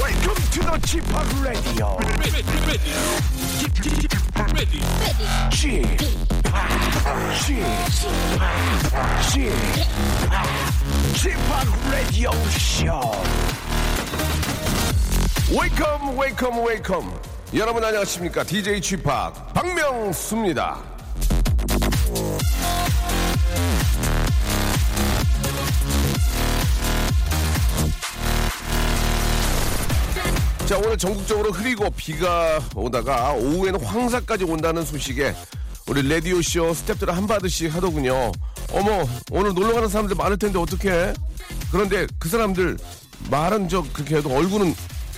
Welcome to the Chip Radio. Chip, Chip, Chip Radio Show. 웨이컴 웨이컴 웨이컴 여러분 안녕하십니까 DJ 취팍 박명수입니다 자 오늘 전국적으로 흐리고 비가 오다가 오후에는 황사까지 온다는 소식에 우리 라디오쇼 스탭들은 한 바드씩 하더군요 어머 오늘 놀러가는 사람들 많을 텐데 어떡해 그런데 그 사람들 말은 저 그렇게 해도 얼굴은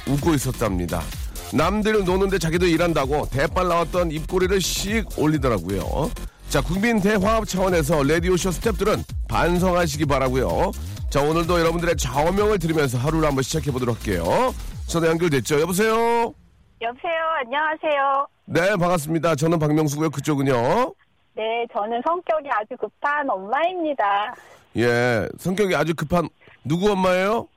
웃고 있었답니다 남들 노는데 자기도 일한다고 대빨 나왔던 입꼬리를 씩 올리더라고요 자 국민 대화합 차원에서 라디오쇼 스탭들은 반성하시기 바라고요 자 오늘도 여러분들의 좌우명을 들으면서 하루를 한번 시작해보도록 할게요 전화 연결됐죠 여보세요 여보세요. 안녕하세요. 네, 반갑습니다. 저는 박명수고요. 그쪽은요. 네, 저는 성격이 아주 급한 엄마입니다. 예, 성격이 아주 급한 누구 엄마예요?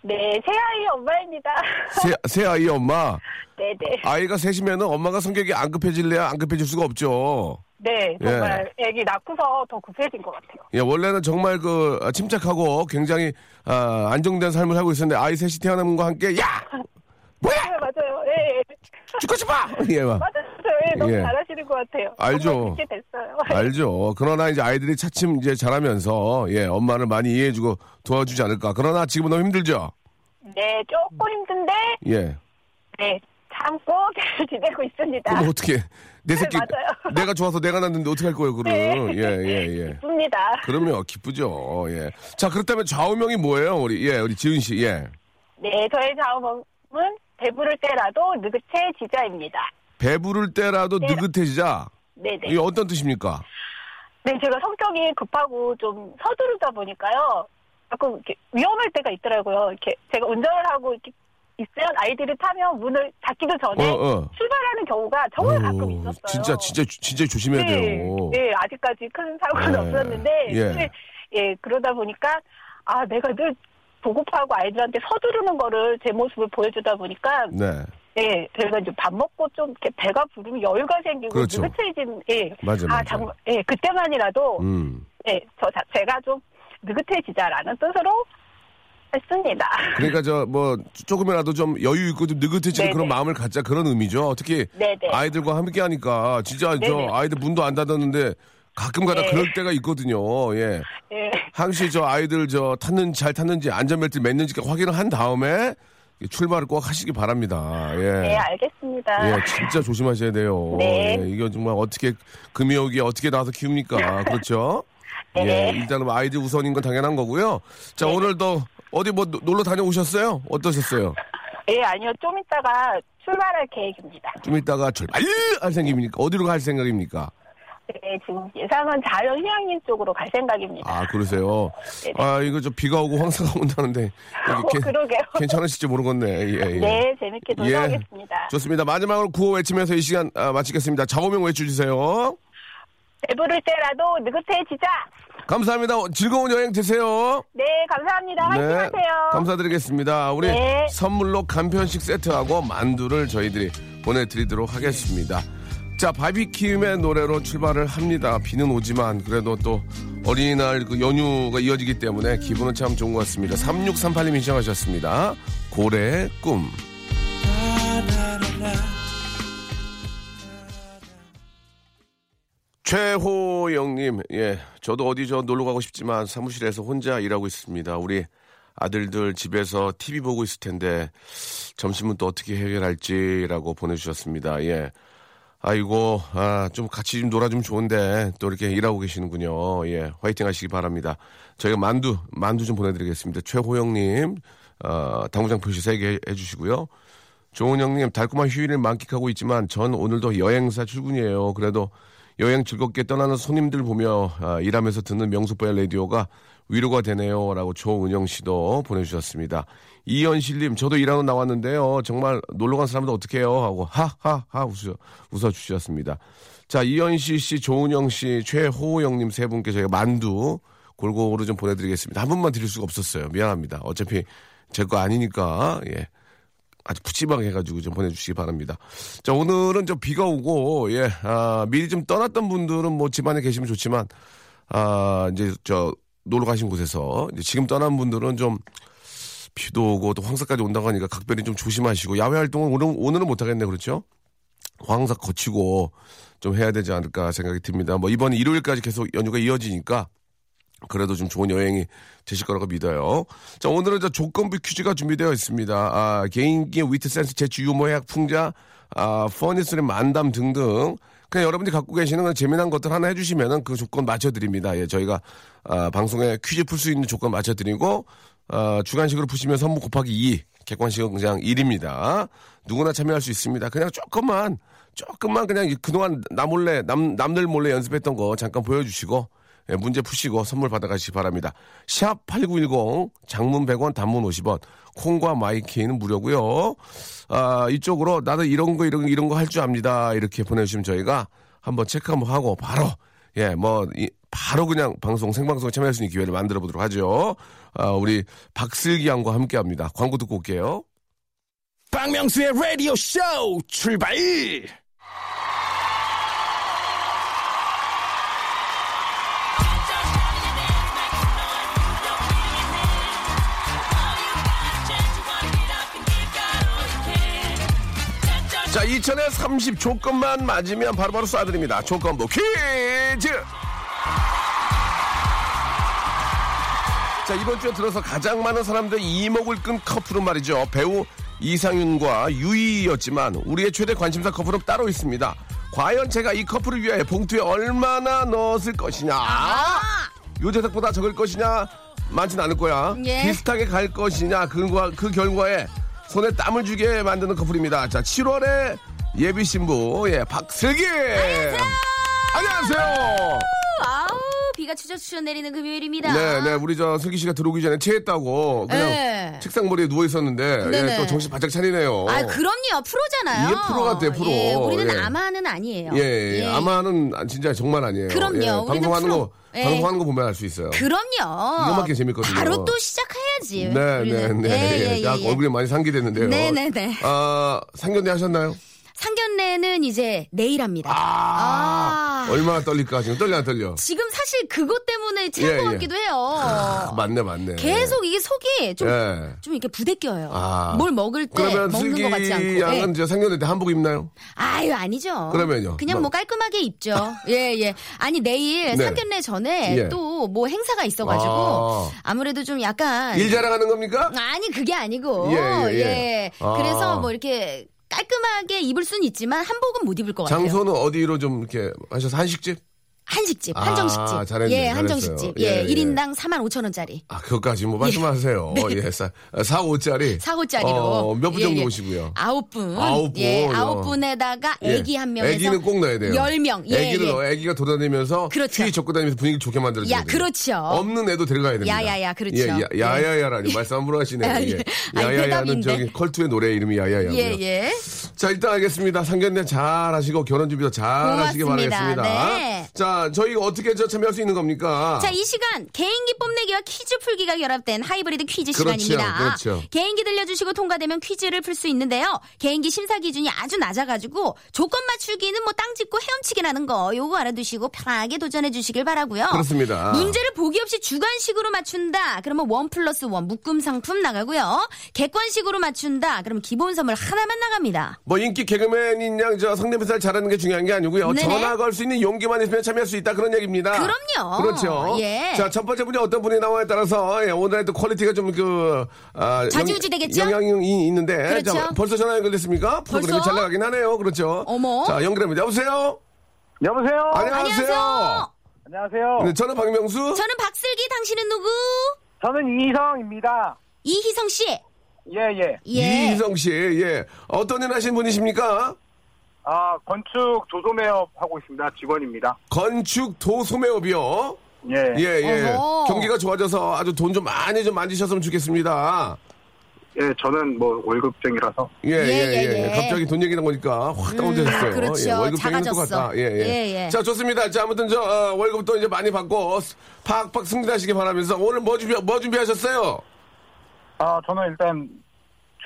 네, 새아이 엄마입니다. 새, 새 아이 엄마. 네네. 아이가 셋이면은 엄마가 성격이 안 급해질래야 안 급해질 수가 없죠. 네, 예. 정말 애기 낳고서 더 급해진 것 같아요. 예, 원래는 정말 그 아, 침착하고 굉장히 아, 안정된 삶을 살고 있었는데 아이 셋이 태어남과 함께 야 네, 맞아요. 예, 예. 죽고 싶어. 예, 막. 맞아요. 예, 너무 예. 잘하시는 것 같아요. 알죠. 정말 그렇게 됐어요. 알죠. 그러나 이제 아이들이 차츰 이제 자라면서 예 엄마를 많이 이해해주고 도와주지 않을까. 그러나 지금은 너무 힘들죠. 네, 조금 힘든데 예. 네, 참고 잘 지내고 있습니다. 그럼 어떻게 뭐. 내 새끼 네, 맞아요. 내가 좋아서 내가 낳는데 어떻게 할 거예요, 그거를. 네. 예, 예, 예. 좋습니다. 그럼요, 기쁘죠. 예. 자, 그렇다면 좌우명이 뭐예요, 우리 예, 우리 지은 씨. 예. 네, 저의 자음은 배부를 때라도 느긋해 지자입니다. 배부를 때라도 네. 느긋해지자. 네네. 이게 어떤 뜻입니까? 네, 제가 성격이 급하고 좀 서두르다 보니까요. 가끔 이렇게 위험할 때가 있더라고요. 이렇게 제가 운전을 하고 이렇게 있으면 아이들이 타면 문을 닫기도 전에 어, 어. 출발하는 경우가 정말 가끔 어우, 있었어요. 진짜 진짜 진짜 조심해야 돼요. 네, 아직까지 큰 사고는 예. 없었는데 예. 근데 예, 그러다 보니까 아 내가 늘 보급하고 아이들한테 서두르는 거를 제 모습을 보여주다 보니까 네. 예, 저희가 이제 밥 먹고 좀 이렇게 배가 부르면 여유가 생기고 그렇죠. 느긋해진 예, 맞아, 아 맞아. 정말 예, 그때만이라도 음. 네, 저 자체가 좀 느긋해지자라는 뜻으로 했습니다. 그러니까 저 뭐 조금이라도 좀 여유 있고 좀 느긋해지는 네네. 그런 마음을 갖자 그런 의미죠. 특히 네네. 아이들과 함께 하니까 진짜 네네. 저 아이들 문도 안 닫았는데 가끔가다 네. 그럴 때가 있거든요. 예. 예, 항시 저 아이들 저 탔는지 잘 탔는지 안전벨트 맸는지 확인을 한 다음에 출발을 꼭 하시기 바랍니다. 네, 예. 알겠습니다. 예, 진짜 조심하셔야 돼요. 아. 네. 예, 이거 정말 어떻게 금이오기 어떻게 나와서 키웁니까? 그렇죠? 네. 예, 일단은 뭐 아이들 우선인 건 당연한 거고요. 자, 오늘도 어디 뭐 노- 놀러 다녀오셨어요? 어떠셨어요? 예, 아니요, 좀 이따가 출발할 계획입니다. 좀 이따가 출발 할 생각입니까? 어디로 갈 생각입니까? 네, 지금 예상은 자연 휴양림 쪽으로 갈 생각입니다. 아, 그러세요. 아, 이거 저 비가 오고 황사가 온다는데 이게 네. 어, 그러게요. 괜찮으실지 모르겠네. 예, 예. 네, 재밌게 놀러오겠습니다. 좋습니다. 마지막으로 구호 외치면서 이 시간 아, 마치겠습니다. 좌우명 외쳐주세요. 배부를 때라도 느긋해지자. 감사합니다. 즐거운 여행 되세요. 네, 감사합니다. 화이팅하세요. 감사드리겠습니다. 우리 네. 선물로 간편식 세트하고 만두를 저희들이 보내드리도록 하겠습니다. 자, 바비킴의 노래로 출발을 합니다. 비는 오지만 그래도 또 어린이날 그 연휴가 이어지기 때문에 기분은 참 좋은 것 같습니다. 3638님이 신청하셨습니다. 고래의 꿈. 최호영님, 예, 저도 어디 저 놀러 가고 싶지만 사무실에서 혼자 일하고 있습니다. 우리 아들들 집에서 TV 보고 있을 텐데 점심은 또 어떻게 해결할지라고 보내주셨습니다. 예, 아이고, 아, 좀 같이 좀 놀아주면 좋은데, 또 이렇게 일하고 계시는군요. 예, 화이팅 하시기 바랍니다. 저희가 만두, 만두 좀 보내드리겠습니다. 최호영님, 어, 당구장 표시 3개 해주시고요. 조은영님, 달콤한 휴일을 만끽하고 있지만, 전 오늘도 여행사 출근이에요. 그래도 여행 즐겁게 떠나는 손님들 보며, 아, 일하면서 듣는 명수빠의 라디오가 위로가 되네요. 라고 조은영 씨도 보내주셨습니다. 이현실님, 저도 일하러 나왔는데요. 정말 놀러 간 사람들 어떡해요? 하고, 하하하 웃으, 웃어주셨습니다. 자, 이현실 씨, 조은영 씨, 최호영님 세 분께 저희가 만두 골고루 좀 보내드리겠습니다. 한 분만 드릴 수가 없었어요. 미안합니다. 어차피 제 거 아니니까, 예. 아주 푸짐하게 해가지고 좀 보내주시기 바랍니다. 자, 오늘은 좀 비가 오고, 예, 아, 미리 좀 떠났던 분들은 뭐 집안에 계시면 좋지만, 아, 이제 저, 놀러 가신 곳에서, 이제 지금 떠난 분들은 좀, 비도 오고 또 황사까지 온다고 하니까 각별히 좀 조심하시고, 야외 활동은 오늘, 오늘은 못하겠네, 그렇죠? 황사 거치고 좀 해야 되지 않을까 생각이 듭니다. 뭐 이번 일요일까지 계속 연휴가 이어지니까 그래도 좀 좋은 여행이 되실 거라고 믿어요. 자, 오늘은 저 조건부 퀴즈가 준비되어 있습니다. 아, 개인기의 위트 센스, 재치, 유머, 학, 풍자, 아, 퍼니스의 만담 등등. 그냥 여러분들이 갖고 계시는 그런 재미난 것들 하나 해주시면은 그 조건 맞춰드립니다. 예, 저희가, 아, 방송에 퀴즈 풀 수 있는 조건 맞춰드리고, 아, 주간식으로 푸시면 선물 곱하기 2, 객관식은 그냥 1입니다. 누구나 참여할 수 있습니다. 그냥 조금만, 조금만 그냥 이- 그동안 나 몰래, 남, 남들 몰래 연습했던 거 잠깐 보여주시고, 예, 문제 푸시고 선물 받아가시기 바랍니다. 샵 8910, 장문 100원, 단문 50원, 콩과 마이키는 무료고요 아, 이쪽으로 나도 이런 거, 이런 거, 이런 거 할 줄 압니다. 이렇게 보내주시면 저희가 한번 체크 한번 하고 바로, 예, 뭐, 이- 바로 그냥 방송, 생방송에 참여할 수 있는 기회를 만들어 보도록 하죠. 아, 우리 박슬기 양과 함께 합니다. 광고 듣고 올게요. 박명수의 라디오 쇼 출발! 자, 2000에 30 조건만 맞으면 바로바로 쏴드립니다. 조건부 퀴즈! 자, 이번 주에 들어서 가장 많은 사람들의 이목을 끈 커플은 말이죠. 배우 이상윤과 유이였지만 우리의 최대 관심사 커플은 따로 있습니다. 과연 제가 이 커플을 위해 봉투에 얼마나 넣었을 것이냐? 요제작보다 적을 것이냐? 많진 않을 거야. 예. 비슷하게 갈 것이냐? 그과 그 결과에 손에 땀을 주게 만드는 커플입니다. 자, 7월에 예비 신부 예 박슬기. 안녕하세요. 아우 비가 추적추적 내리는 금요일입니다. 네, 네, 우리 저 슬기 씨가 들어오기 전에 체했다고 그냥 네. 책상 머리에 누워 있었는데 예, 네네. 또 정신 바짝 차리네요. 아 그럼요 프로잖아요. 어. 이게 프로 같아요, 프로. 예, 우리는 예. 아마는 아니에요. 예, 예, 아마는 아, 진짜 정말 아니에요. 그럼요. 예, 우리는 방송하는 프로. 거, 예. 방송하는 거 보면 알 수 있어요. 그럼요. 이거밖에 재밌거든요. 바로 또 네, 시작해야지. 네, 우리는. 네. 예, 예, 예, 약 예. 얼굴이 많이 상기됐는데요. 네, 네, 네. 아, 상견례 하셨나요? 상견례는 이제 내일 합니다. 아, 아. 얼마나 떨릴까 지금 떨려 안 떨려? 지금 사실 그것 때문에 체한 예, 것 예. 같기도 해요. 아, 맞네, 맞네. 계속 이게 속이 좀, 예. 좀 이렇게 부대껴요. 아. 뭘 먹을 때 그러면 먹는 슬기 것 같지 않고. 예. 양은 이제 상견례 때 한복 입나요? 아유 아니죠. 그러면요? 그냥 뭐, 뭐- 깔끔하게 입죠. 예예. 아니 네. 내일 상견례 전에 예. 또 뭐 행사가 있어가지고 아. 아. 무래도좀 약간 일 자랑하는 겁니까? 아니 그게 아니고 예, 예, 예. 아. 그래서 뭐 이렇게 깔끔하게 입을 순 있지만 한복은 못 입을 것 같아요. 장소는 어디로 좀 이렇게 하셔서 한식집? 한식집, 아, 한정식집. 잘했네, 예, 잘했어요. 한정식집. 예, 예, 예. 1인당 4만 5천 원짜리. 아, 그것까지 뭐 말씀하세요. 예, 사, 사, 오짜리. 4, 네. 5짜리로. 예, 어, 몇분 정도 오시고요? 아홉 분. 아홉 예, 분, 어. 아홉 분에다가 예. 애기 한 명에서 애기는 꼭 넣어야 돼요. 10명. 예, 애기를 예. 넣어. 애기가 돌아다니면서 그렇죠. 휘 접고 다니면서 분위기 좋게 만들어줘야 야, 돼요. 그렇죠. 없는 애도 데려가야 됩니다. 야야야, 그렇죠. 예, 야, 야야야라니 말씀 함부로 하시네요. 아, 예. 예. 아니, 야야야는 대답인데. 저기 컬투의 노래 이름이 야야야고요. 예, 예. 자, 일단 알겠습니다. 상견례 잘 하시고 결혼 준비도 잘 하시기 고맙습니다. 바라겠습니다. 네. 자, 저희 어떻게 저 참여할 수 있는 겁니까? 자, 이 시간 개인기 뽐내기와 퀴즈 풀기가 결합된 하이브리드 퀴즈 그렇죠, 시간입니다. 그렇죠. 개인기 들려주시고 통과되면 퀴즈를 풀 수 있는데요. 개인기 심사 기준이 아주 낮아가지고 조건 맞추기는 뭐 땅 짚고 헤엄치기라는 거 요거 알아두시고 편하게 도전해 주시길 바라고요. 그렇습니다. 문제를 보기 없이 주관식으로 맞춘다. 그러면 원 플러스 원 묶음 상품 나가고요. 객관식으로 맞춘다. 그러면 기본 선물 하나만 나갑니다. 뭐 인기 개그맨인 양저 성대모사를 잘하는 게 중요한 게 아니고요. 네네. 전화 걸 수 있는 용기만 있으면 참여할 수 있다 그런 얘기입니다. 그럼요. 그렇죠. 예. 자, 첫 번째 분이 어떤 분이 나와에 따라서 예, 오늘의 또 퀄리티가 좀 그 아, 좌지우지 영- 되겠죠? 영향이 있는데 그렇죠. 자, 벌써 전화 연결됐습니까? 프로그램이 벌써? 잘 나가긴 하네요. 그렇죠. 어머. 자, 연결합니다. 여보세요. 여보세요? 안녕하세요. 안녕하세요. 안녕하세요. 네, 저는 박명수. 저는 박슬기, 당신은 누구? 저는 이희성입니다. 이희성 씨. 예, 예. 예. 이희성 씨, 예. 어떤 일 하시는 분이십니까? 아, 건축 조소매업 하고 있습니다. 직원입니다. 건축 도소매업이요. 예. 예, 예. 어허. 경기가 좋아져서 아주 돈 좀 많이 좀 만지셨으면 좋겠습니다. 예, 저는 뭐 월급쟁이라서. 예, 예, 예, 예. 예, 예. 갑자기 돈 얘기 나오니까 확 다운되셨어요. 그렇죠. 예, 월급 뱅인 것 작아졌어. 같다. 예, 예. 예, 예. 자, 좋습니다. 자, 아무튼 저, 어, 월급도 이제 많이 받고, 스- 팍팍 승진하시기 바라면서 오늘 뭐 준비, 뭐 준비하셨어요? 아, 저는 일단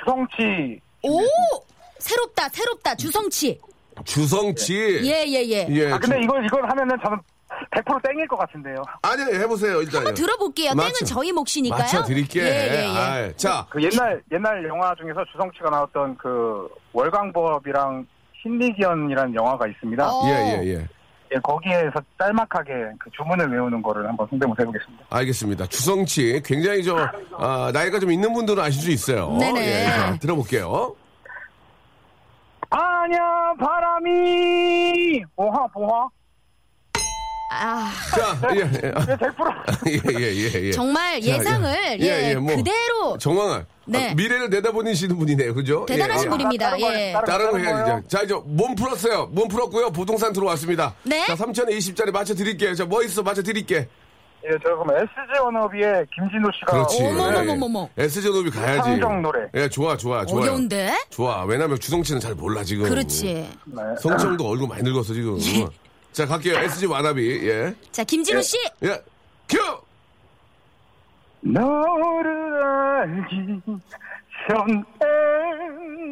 주성치 오! 네. 새롭다, 새롭다, 주성치. 주성치. 예, 예, 예. 예, 아, 근데 주- 이걸, 이걸 하면은 저는 100% 땡일 것 같은데요. 아니, 해보세요, 일단. 한번 들어볼게요. 맞춰- 땡은 저희 몫이니까요. 맞춰드릴게. 예, 예, 예. 아이, 자, 그 옛날, 옛날 영화 중에서 주성치가 나왔던 그 월광법이랑 신리기연이라는 영화가 있습니다. 어. 예, 예, 예. 예, 거기에서 짤막하게 그 주문을 외우는 거를 한번 성대모사 해보겠습니다. 알겠습니다. 주성치. 굉장히 저, 아, 나이가 좀 있는 분들은 아실 수 있어요. 네네. 예, 자, 들어볼게요. 아냐, 바람이! 보화, 보화. 아, 자, 예, 예. 아, 예, 100%. 예, 예, 예, 예. 정말 자, 예상을 예, 예, 예, 뭐. 그대로 정황을. 네. 아, 미래를 내다보시는 분이네요. 그죠? 대단하신 예, 예. 분입니다. 다른 거, 예. 다른 다른 거 다른 거요? 해야죠. 자, 이제 몸 풀었어요. 몸 풀었고요. 부동산 들어왔습니다. 네. 자, 3천에 20짜리 맞춰드릴게요. 자, 뭐 있어? 맞춰드릴게. 예, 저 그럼 SG 워너비의 김진우 씨가 그렇지. 네. 오- 어머머머머머. 에스제노비 가야지. 상정 노래. 예, 좋아, 좋아, 좋아. 어려운데? 좋아. 왜냐면 주성치는 잘 몰라, 지금. 예. 그렇지. 예. 성청도 얼굴 많이 늙었어, 지금. 자, 갈게요. SG 와나비. 예. 자, 김진우 씨. 예. 큐! 너를 알기 전에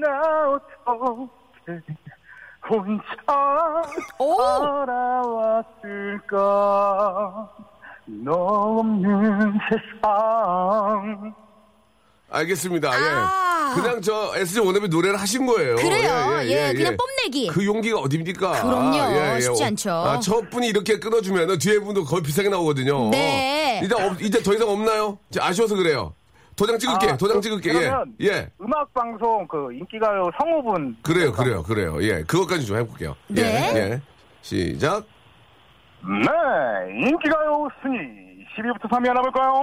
나 어떻게 혼자 오! 살아왔을까 너 없는 세상 알겠습니다. 아. 예. 그냥 저 SG 원업이 노래를 하신 어, 거예요. 그래요. 예, 그냥 뽐내기. 그 용기가 어딥니까? 그럼요. 쉽지 않죠. 아, 첫 분이 이렇게 끊어주면 뒤에 분도 거의 비슷하게 나오거든요. 어. 네. 이제, 없- 이제 더 이상 없나요? 이제 아쉬워서 그래요. 도장 찍을게. 아, 도장 그- 찍을게. 그러면 예. 예. 음악 방송 그 인기가요 성우분 그래요, 그러니까. 그래요, 그래요. 예. 그것까지 좀 해볼게요. 네. 예. 예. 시작. 네 인기가요 순위 10위부터 3위 알아볼까요?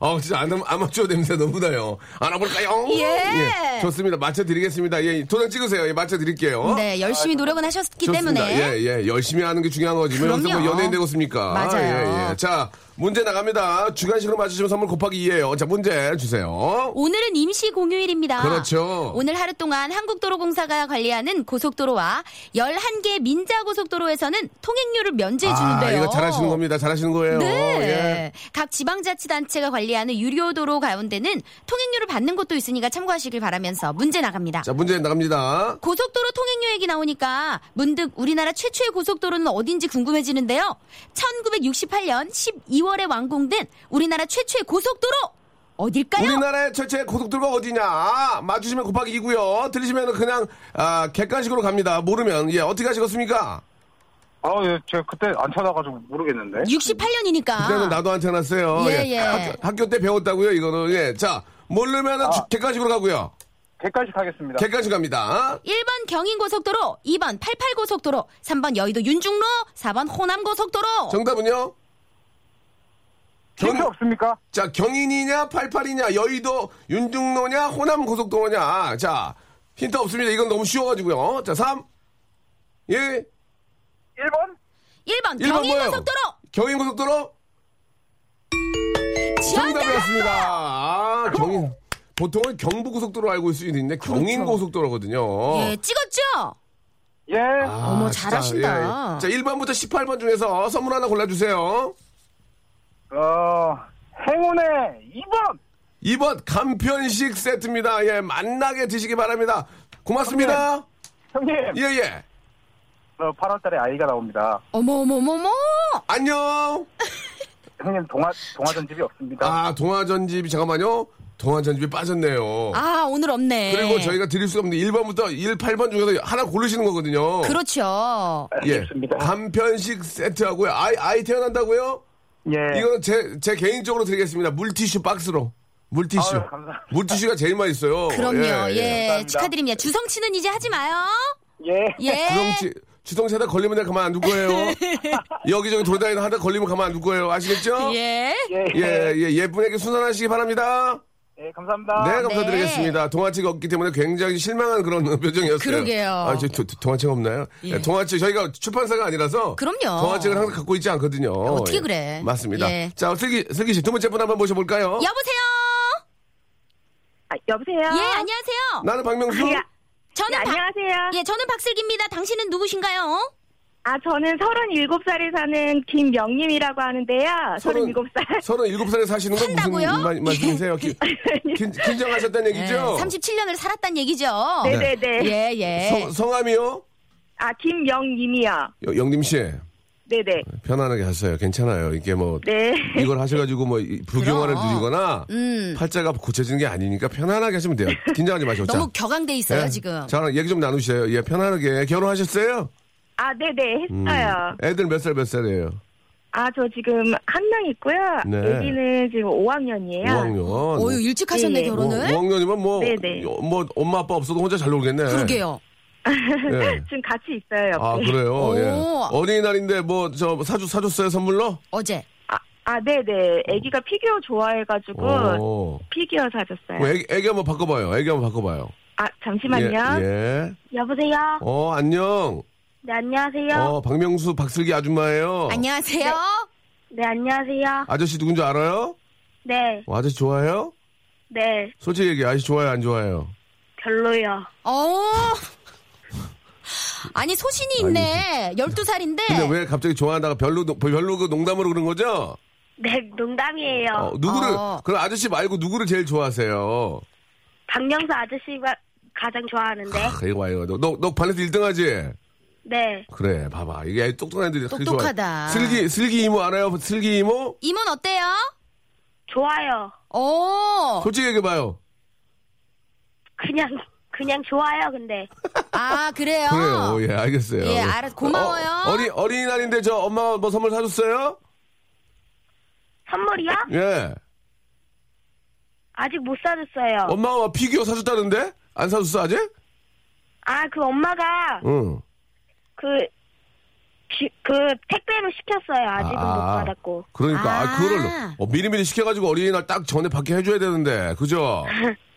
어, 진짜 아마, 아마추어 냄새 너무 나요. 알아볼까요? 예. 좋습니다. 맞춰드리겠습니다. 예. 도장 찍으세요. 예. 맞춰드릴게요. 네, 열심히 노력은 하셨기 때문에. 아, 예, 예. 열심히 하는 게 중요한 거지. 뭐 여기서 뭐 그럼요. 연예인 되겠습니까? 맞아요. 예, 예. 자, 문제 나갑니다. 주간식으로 맞추시면 선물 곱하기 2예요. 자, 문제 주세요. 오늘은 임시 공휴일입니다. 그렇죠. 오늘 하루 동안 한국도로공사가 관리하는 고속도로와 11개 민자고속도로에서는 통행료를 면제해 아, 주는데요. 이거 잘하시는 겁니다. 잘하시는 거예요. 예. 네. 각 지방자치단체가 관리하는 유료도로 가운데는 통행료를 받는 곳도 있으니까 참고하시길 바라면서 문제 나갑니다. 자, 문제 나갑니다. 고속도로 통행료 얘기 나오니까 문득 우리나라 최초의 고속도로는 어딘지 궁금해지는데요. 1968년 12월에 완공된 우리나라 최초의 고속도로 어딜까요? 우리나라의 최초의 고속도로가 어디냐? 맞추시면 곱하기 2고요. 들리시면 그냥 아, 객관식으로 갑니다. 모르면 예, 어떻게 하시겠습니까? 아, 예, 제가 그때 안 찾아가지고 모르겠는데. 68년이니까. 그때는 나도 안 태어났어요. 아. 예, 예. 학교, 학교 때 배웠다고요, 이거는. 예. 자, 모르면 은 객관식으로 가고요. 객관식 하겠습니다. 객관식 갑니다. 1번 경인고속도로, 2번 88고속도로, 3번 여의도 윤중로, 4번 호남고속도로. 정답은요? 힌트 경- 없습니까? 자, 경인이냐, 88이냐, 여의도, 윤중로냐, 호남 고속도로냐. 자, 힌트 없습니다. 이건 너무 쉬워가지고요. 자, 3, 1, 1번? 1번 1번 뭐예요? 경인고속도로. 경인 고속도로? 정답이었습니다. 아, 경인. 보통은 경부 고속도로 알고 있을 수 있는데 경인 고속도로거든요. 그렇죠. 예, 찍었죠? 예. 아, 어머, 진짜, 잘하신다. 예. 자, 1번부터 18번 중에서 선물 하나 골라주세요. 어, 행운의 2번! 2번 간편식 세트입니다. 예, 만나게 드시기 바랍니다. 고맙습니다. 형님, 예, 예. 어, 8월달에 아이가 나옵니다. 어머머머머! 안녕. 형님, 동화, 동화전집이 없습니다. 아, 아, 동화전집이 아, 잠깐만요. 동안 잔집이 빠졌네요. 아, 오늘 없네. 그리고 저희가 드릴 수가 없는데 1번부터 1, 8번 중에서 하나 고르시는 거거든요. 그렇죠. 예. 알겠습니다. 간편식 세트하고요. 아이, 아이 태어난다고요? 예. 이거는 제, 제 개인적으로 드리겠습니다. 물티슈 박스로. 물티슈. 아유, 감사합니다. 물티슈가 제일 맛있어요. 그럼요. 예, 감사합니다. 축하드립니다. 주성치는 이제 하지 마요. 예. 예. 네, 주성치, 주성치하다 걸리면 내가 가만 안 둘 거예요. 여기저기 돌다니다 하다 걸리면 가만 안 둘 거예요. 아시겠죠? 예. 예. 예, 예, 예쁜에게 순환하시기 바랍니다. 예, 감사합니다. 아, 네, 감사드리겠습니다. 동화책 없기 때문에 굉장히 실망한 그런 표정이었어요. 그러게요. 예. 아, 저 도- 동화책 없나요? 네, 동화책 저희가 출판사가 아니라서 그럼요. 동화책을 항상 갖고 있지 않거든요. 어떻게 그래. 맞습니다. 예. 자, 슬기 슬기 씨 두 번째 분 한번 모셔볼까요? 여보세요. 아, 여보세요? 예, 안녕하세요. 나는 박명수. 예, 저는 예, 박- 안녕하세요. 예, 저는 박슬기입니다. 당신은 누구신가요? 아, 저는 37살에 사는 김명님이라고 하는데요. 37살. 서른 일곱 살에 사시는 건 무슨 산다고요? 말- 말씀이세요? 기- 긴, 긴장하셨다는 예, 얘기죠? 37년을 살았단 얘기죠. 네네네. 예, 예. 성, 성함이요? 아, 김명님이요. 여- 영림 씨 네네. 편안하게 하세요. 괜찮아요. 이게 뭐 네. 이걸 하셔가지고 뭐 이- 불경화를 그럼. 누리거나 음. 팔자가 고쳐지는 게 아니니까 편안하게 하시면 돼요. 긴장하지 마시고. 자. 너무 뭐 격앙돼 있어요, 예. 지금. 저랑 얘기 좀 나누세요. 예, 편안하게. 결혼하셨어요? 아, 네네. 아. 했어요. 애들 몇 살 몇 살이에요? 아, 저 지금 한 명 있고요. 네. 애기는 지금 5학년이에요. 5학년. 어유 일찍 하셨네, 예. 결혼을. 5학년이면 뭐, 네네. 뭐, 엄마 아빠 없어도 혼자 잘 놀겠네. 그러게요. 예. 지금 같이 있어요. 옆에. 아, 그래요? 예. 오. 어린이날인데 뭐, 저, 사주, 사줬어요, 선물로? 어제. 아, 아, 네네. 애기가 피규어 좋아해가지고 오. 피규어 사줬어요. 뭐 애기, 애기 한번 바꿔봐요. 애기 한번 바꿔봐요. 아, 잠시만요. 예, 예. 여보세요? 어, 안녕. 네, 안녕하세요. 어, 박명수 박슬기 아줌마예요. 안녕하세요. 네, 안녕하세요. 아저씨 누군지 알아요? 네, 어, 아저씨 좋아해요? 네. 솔직히 얘기, 아저씨 좋아해요, 안 좋아해요? 별로요. 어. 아니, 소신이 있네. 12살인데. 근데 왜 갑자기 좋아한다가 별로 노- 별로 그 농담으로 그런 거죠? 네, 농담이에요. 어, 누구를 어. 그럼 아저씨 말고 누구를 제일 좋아하세요? 박명수 아저씨가 가장 좋아하는데. 네. 아, 이거 봐 이거 너너 반에서 1등하지? 네. 그래 봐봐 이게 똑똑한 애들이 되게 좋아해. 똑똑하다. 슬기 슬기 이모 알아요? 슬기 이모? 이모는 어때요? 좋아요. 어. 솔직히 얘기해 봐요. 그냥, 그냥 좋아요, 근데. 아, 그래요? 그래요 예 알겠어요. 예, 알았- 고마워요. 어, 어린 어린이날인데 저 엄마 뭐 선물 사줬어요? 선물이요? 예 아직 못 사줬어요. 엄마가 뭐 피규어 사줬다는데 안 사줬어 아직? 아, 그 엄마가 응. 그, 지- 그 택배로 시켰어요. 아직은 아, 못 받았고. 그러니까 아, 아. 그거를 어, 미리미리 시켜가지고 어린이날 딱 전에 받게 해줘야 되는데 그죠?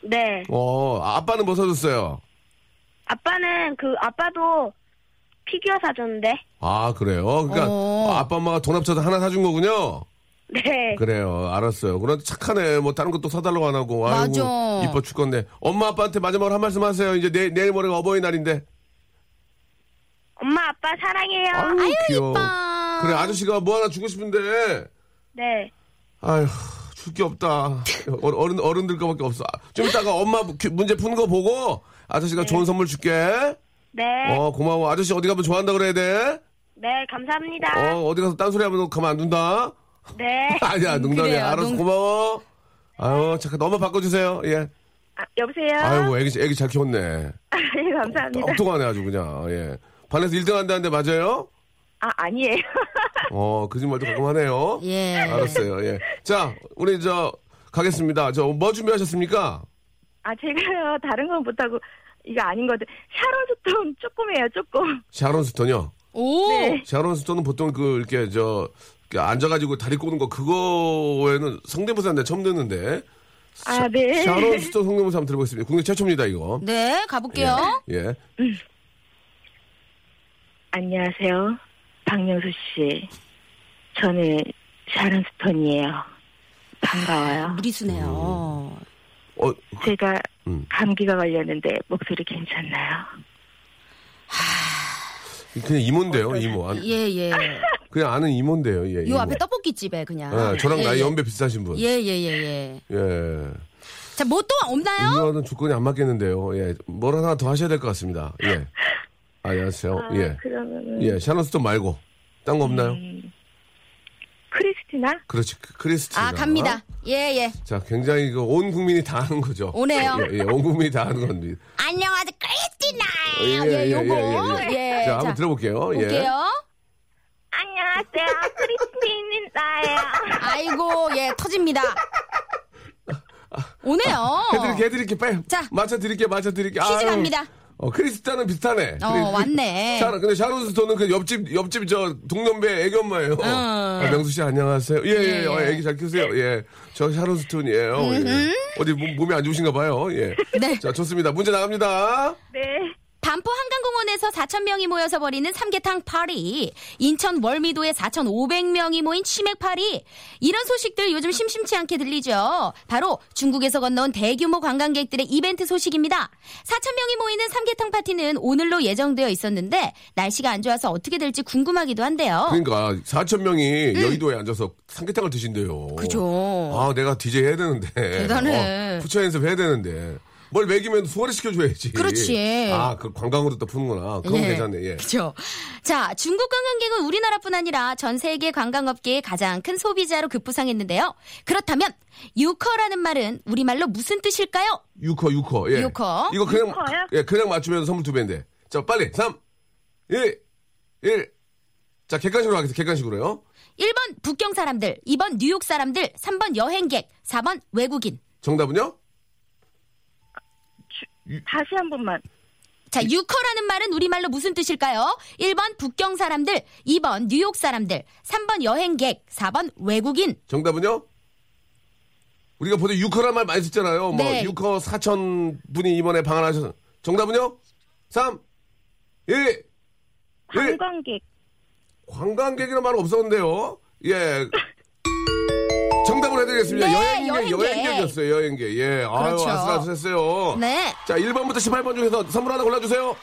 네. 어 아빠는 뭐 사줬어요? 아빠는 그, 아빠도 피규어 사줬는데. 아 그래요? 그러니까 어. 아빠 엄마가 돈 합쳐서 하나 사준 거군요. 네. 그래요, 알았어요. 그런데 착하네. 뭐 다른 것도 사달라고 안 하고. 아이고, 맞아. 이뻐 죽겠네. 엄마 아빠한테 마지막으로 한 말씀 하세요. 이제 내, 내일 모레가 어버이날인데. 엄마, 아빠 사랑해요. 아유 귀여워. 이뻐. 그래 아저씨가 뭐 하나 주고 싶은데. 네. 아휴 줄 게 없다. 어- 어른 어른들 거밖에 없어. 좀 이따가 엄마 그 문제 푸는 거 보고 네. 아저씨가 좋은 선물 줄게. 네. 어 고마워. 아저씨 어디 가면 좋아한다 그래야 돼. 네, 감사합니다. 어 어디 가서 딴소리 하면 너 가만 안 둔다. 네. 아니야 농담이야. 그래요, 알았어 농- 고마워. 아유 잠깐 너만 바꿔주세요. 예. 아, 여보세요? 아이고 애기 애기 잘 키웠네. 아니, 감사합니다. 똑똑하네 아주 그냥. 예. 반에서 1등 한다는데 맞아요? 아, 아니에요. 어 거짓말도 가끔 하네요. 예. 알았어요. 예. 자 우리 저 가겠습니다. 저 뭐 준비하셨습니까? 아, 제가요, 다른 건 못하고, 이거 아닌 건데, 샤론스톤 조금이에요, 조금. 샤론 스톤요. 오. 네. 샤론 스톤은 보통 그 이렇게 저 이렇게 앉아가지고 다리 꼬는 거 그거에는 성대모사인데 처음 듣는데 아, 네. 샤론 스톤 성대모사 한번 들어보겠습니다. 국내 최초입니다 이거. 네, 가볼게요. 예. 안녕하세요. 박명수 씨. 저는 샤론스톤이에요. 반가워요. 무리수네요. 어 제가 음. 감기가 걸렸는데, 목소리 괜찮나요? 그냥 이모인데요 이모. 안- 예, 예. 그냥 아는 이모인데요. 예. 요 이모. 앞에 떡볶이 집에 그냥. 예, 저랑 예, 나이 예. 연배 비슷하신 분. 예, 예, 예, 예. 예. 자, 뭐 또 없나요? 이거는 조건이 안 맞겠는데요. 예. 뭘 하나 더 하셔야 될 것 같습니다. 예. 안녕하세요. 아, 예. 그러면은, 예. 샤넌스톤 음. 말고. 딴 거 없나요? 크리스티나? 그렇지. 크리스티. 아, 갑니다. 예, 예. 자, 굉장히 그 온 국민이 다 하는 거죠. 오네요. 예, 예, 온 국민이 다 하는 건데. 안녕하세요, 크리스티나. 예, 요거. 예. 자, 한번 들어볼게요. 예. 볼게요. 안녕하세요. 크리스틴입니다예요. 아이고, 예, 터집니다. 오네요. 해드릴게, 해드릴게, 빨리. 어. 자. 맞춰드릴게, 맞춰드릴게. 퀴즈 아유. 갑니다. 어, 크리스타는 비슷하네. 어, 왔네. 샤, 근데 샤론 스톤은 그 옆집, 옆집 저 동년배 애기 엄마예요. 어. 아, 명수 씨 안녕하세요. 예, 예, 예. 어, 애기 잘 키우세요. 예. 저 샤론 스톤이에요. 예. 어디 몸, 몸이 안 좋으신가 봐요. 예. 네. 자, 좋습니다. 문제 나갑니다. 네. 반포 한강공원에서 4,000명이 모여서 벌이는 삼계탕 파리, 인천 월미도에 4,500명이 모인 치맥 파리, 이런 소식들 요즘 심심치 않게 들리죠. 바로 중국에서 건너온 대규모 관광객들의 이벤트 소식입니다. 4,000명이 모이는 삼계탕 파티는 오늘로 예정되어 있었는데 날씨가 안 좋아서 어떻게 될지 궁금하기도 한데요. 그러니까 4천 명이 여의도에 앉아서 삼계탕을 드신대요. 음. 그죠. 아, 내가 DJ 해야 되는데. 대단해. 어, 부처 연습 해야 되는데. 뭘 먹이면 소화시켜줘야지. 그렇지. 아, 그 관광으로 또 푸는구나. 그건 예. 괜찮네, 예. 그죠. 자, 중국 관광객은 우리나라뿐 아니라 전 세계 관광업계의 가장 큰 소비자로 급부상했는데요. 그렇다면 유커라는 말은 우리말로 무슨 뜻일까요? 유커, 유커. 예. 유커. 이거 그냥, 유커요? 예, 그냥 맞추면 선물 두 배인데. 자, 빨리. 3, 1, 1. 자, 객관식으로 하겠습니다. 객관식으로요. 1번 북경 사람들, 2번 뉴욕 사람들, 3번 여행객, 4번 외국인. 정답은요? 다시 한 번만. 예. 자, 유커라는 말은 우리말로 무슨 뜻일까요? 1번 북경 사람들, 2번 뉴욕 사람들, 3번 여행객, 4번 외국인. 정답은요? 우리가 보통 유커란 말 많이 듣잖아요. 뭐, 네. 유커 4천 분이 이번에 방한하셔서. 정답은요? 3, 1, 1. 관광객. 관광객이라는 말은 없었는데요. 예. 정답을 해드리겠습니다. 네, 여행객, 여행객. 여행객이었어요, 여행객. 예. 아유, 그렇죠. 아슬아슬했어요. 네. 자, 1번부터 18번 중에서 선물 하나 골라주세요.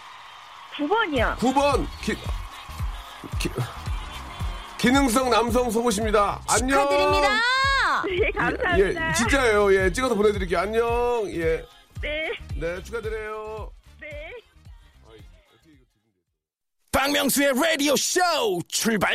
9번이요. 9번. 기, 기, 기능성 남성 속옷입니다. 안녕. 축하드립니다. 네, 예, 감사합니다. 진짜예요. 예, 찍어서 보내드릴게요. 안녕. 예, 네. 네, 축하드려요. 네. 박명수의 라디오 쇼 출발!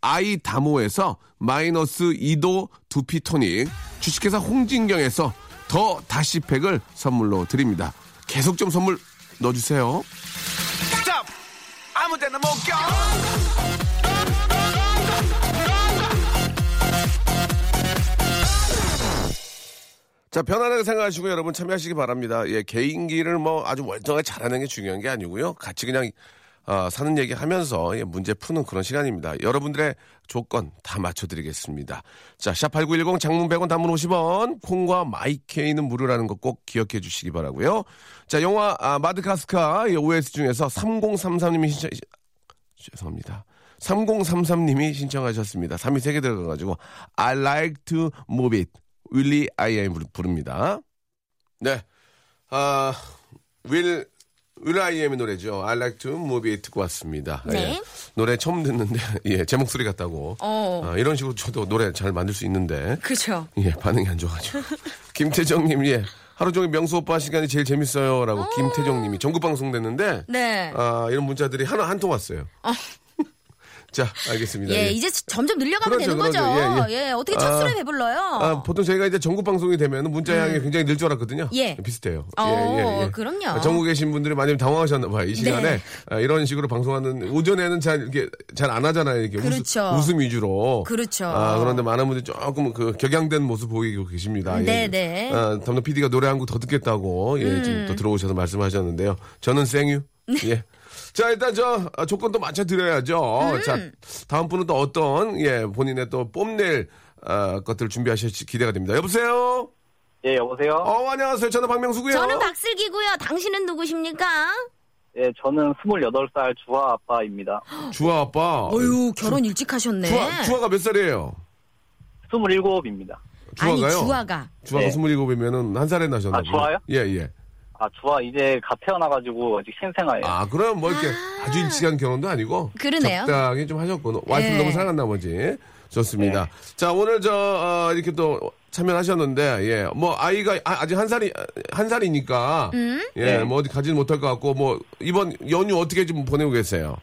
아이다모에서 마이너스 2도 두피토닉, 주식회사 홍진경에서 더 다시팩을 선물로 드립니다. 계속 좀 선물 넣어주세요. 스탑! 아무 데나 못 껴! 자, 편안하게 생각하시고 여러분 참여하시기 바랍니다. 예, 개인기를 뭐 아주 월등하게 잘하는 게 중요한 게 아니고요. 같이 그냥 아, 사는 얘기 하면서 예, 문제 푸는 그런 시간입니다. 여러분들의 조건 다 맞춰드리겠습니다. 자, 샵8910 장문 100원 단문 50원, 콩과 마이케이는 무료라는 거 꼭 기억해 주시기 바라고요 자, 영화 아, 마드가스카 이 OS 중에서 3033님이 신청, 죄송합니다. 3033님이 신청하셨습니다. 3이 3개 들어가가지고 I like to move it. 윌리 아이엠 부릅니다. 네. 아, 윌, 윌 아이엠의 노래죠. I like to move it 듣고 왔습니다. 네. 예. 노래 처음 듣는데, 예, 제 목소리 같다고. 어. 그렇죠. 아, 이런 식으로 저도 노래 잘 만들 수 있는데. 그죠. 예, 반응이 안 좋아가지고. 김태정님, 예. 하루 종일 명수 오빠 시간이 제일 재밌어요. 라고 김태정님이 전국방송 됐는데. 네. 아. 아, 이런 문자들이 하나 한 통 왔어요. 자, 알겠습니다. 예, 예. 이제 점점 늘려가면 그렇죠, 되는 거죠. 그렇죠. 예, 예, 예. 어떻게 아, 첫 술에 배불러요? 아, 보통 저희가 이제 전국 방송이 되면 문자 양이 굉장히 늘 줄 알았거든요. 음. 예. 비슷해요. 예. 어, 그럼요. 아, 전국에 계신 분들이 많이 당황하셨나 봐요. 이 시간에 네. 아, 이런 식으로 방송하는 오전에는 잘 이렇게 잘 안 하잖아요. 이렇게 웃음- 그렇죠. 웃음, 위주로. 그렇죠. 아, 그런데 많은 분들이 조금 그 격양된 모습 보이고 계십니다. 예. 네, 음. 네. 아, 담당 PD가 노래 한 곡 더 듣겠다고 예, 지금 또 들어오셔서 말씀하셨는데요. 저는 생유. 네. 예. 자, 일단 저 음. 아, 조건도 맞춰 드려야죠. 자, 다음 분은 또 어떤 예, 본인의 또 뽐낼 아, 것들 준비하실지 기대가 됩니다. 여보세요? 예, 여보세요? 어, 안녕하세요. 저는 박명수고요 저는 박슬기고요. 당신은 누구십니까? 예, 저는 28살 주화 아빠입니다. 주아 아빠. 어유 결혼 일찍 하셨네. 주아, 주아가 몇 살이에요? 27입니다. 아니 주아가요? 주아가 주아가 네. 27이면은 한 살에 나셨나 아, 보네. 주아요? 예, 예. 아, 주화 이제 갓 태어나가지고 아직 신생아예요. 아, 그럼 뭐 이렇게 아~ 주 일찍한 결혼도 아니고 그러네요. 적당히 좀 하셨고 와이프 예. 를 너무 사랑한 나머지 좋습니다. 네. 자, 오늘 저 어, 이렇게 또 참여하셨는데 예, 뭐 아이가 아, 직한 살이 한 살이니까 음. 예, 네. 뭐 어디 가지는 못할 것 같고 뭐 이번 연휴 어떻게 좀 보내고 계세요?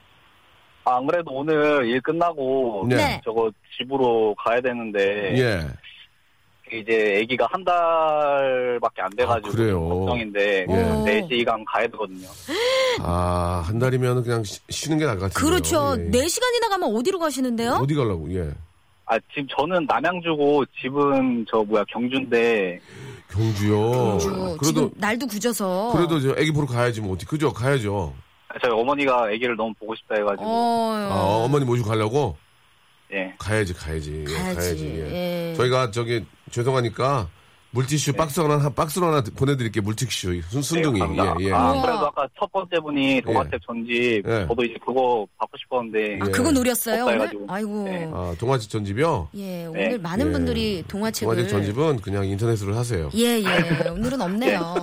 아, 안 그래도 오늘 일 끝나고 네. 네. 저거 집으로 가야 되는데 예, 이제 아기가 한 달밖에 안 돼가지고 아, 그래요? 걱정인데 예. 내시간 가야 되거든요. 아, 한 달이면 그냥 쉬, 쉬는 게 나을 것 같아요. 그렇죠. 예, 예. 네 시간이나 가면 어디로 가시는데요? 어디 가려고? 예, 아 지금 저는 남양주고 집은 저 뭐야 경주인데 경주요. 주- 어, 그래도 그렇죠. 지금 날도 굳어서. 그래도 저 애기 보러 가야지 뭐 어디 그죠? 가야죠. 저희 어머니가 아기를 너무 보고 싶다 해가지고 어. 아, 어머니 모시고 가려고. 예. 가야지 가야지 예, 가야지, 가야지, 예. 예. 저희가 저기 죄송하니까 물티슈 박스 하나 한 박스로 하나 보내드릴게요 물티슈 순, 순둥이 네, 감사합니다. 예, 예. 아, 예. 그래도 아까 첫 번째 분이 동화책 전집 예. 저도 이제 그거 받고 싶었는데 아, 예. 그거 노렸어요 없다 오늘? 해가지고. 아이고. 네. 아 동화집 전집이요 예 오늘 네. 많은 예. 분들이 동화책을. 동화집 전집은 그냥 인터넷으로 하세요 예, 예. 오늘은 없네요.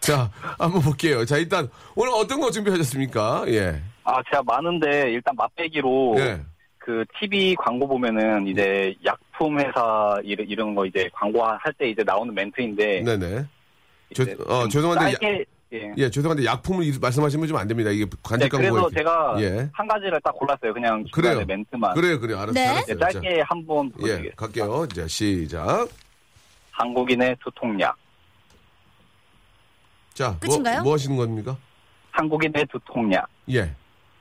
자 한번 볼게요 자 일단 오늘 어떤 거 준비하셨습니까 예 아 제가 많은데 일단 맛배기로 예. 그 TV 광고 보면은 이제 약품 회사 이런 이런 거 이제 광고 할 때 이제 나오는 멘트인데 네네 이제 죄- 어, 좀 죄송한데 짧게, 예. 예 죄송한데 약품을 이- 말씀하시면 좀 안 됩니다 이게 네, 관직 광고에 그래서 제가 예. 한 가지를 딱 골랐어요. 그냥 중간에 그래요 멘트만. 그래요 그래요 알았어요 네. 네, 알았어요 자, 짧게 한번 예 보여드리겠습니다. 갈게요 자 시작 한국인의 두통약. 자 뭐, 끝인가요? 뭐 하시는 겁니까 한국인의 두통약. 예.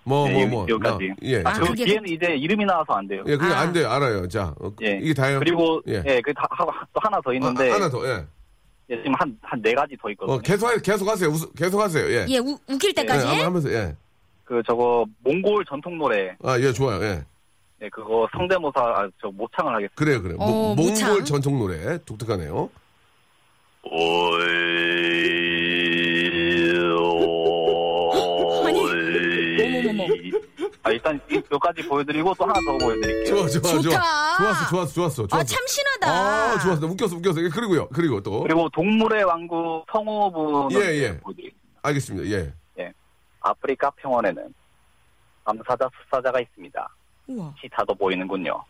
뭐, 네, 뭐, 여기- 뭐. 여기까지. 나- 예. 아, 그 그게- 뒤에는 이제 이름이 나와서 안 돼요. 예, 그게 아. 안 돼요. 알아요. 자, 어, 예. 이게 다예요. 그리고 예. 예, 그다 또 하나 더 아, 아, 있는데 하나 더, 예. 예, 지금 한 한 네 가지 더 있거든요. 어, 계속, 하- 계속 하세요. 웃- 계속 하세요. 예. 예, 우- 웃길 예, 때까지. 한번 하면서, 예. 그 저거 몽골 전통 노래 아, 예, 좋아요. 예. 예, 그거 성대모사 아, 저 모창을 하겠습니다. 그래요, 그래요. 어, 몽- 모창. 몽골 전통 노래. 독특하네요. 아니, 어머머머. 아, 일단 이몇 가지 보여드리고 또 하나 더 보여드릴게요. 좋아, 좋아, 좋아. 좋다. 좋았어, 좋았어, 좋았어. 아, 좋았어. 참신하다. 아, 좋았어. 웃겼어, 웃겼어. 예, 그리고요. 그리고 또. 그리고 동물의 왕국 성우분 예, 예. 보여드릴게요. 알겠습니다. 예. 아프리카 평원에는 암사자 수사자가 있습니다. 우와. 치타도 보이는군요.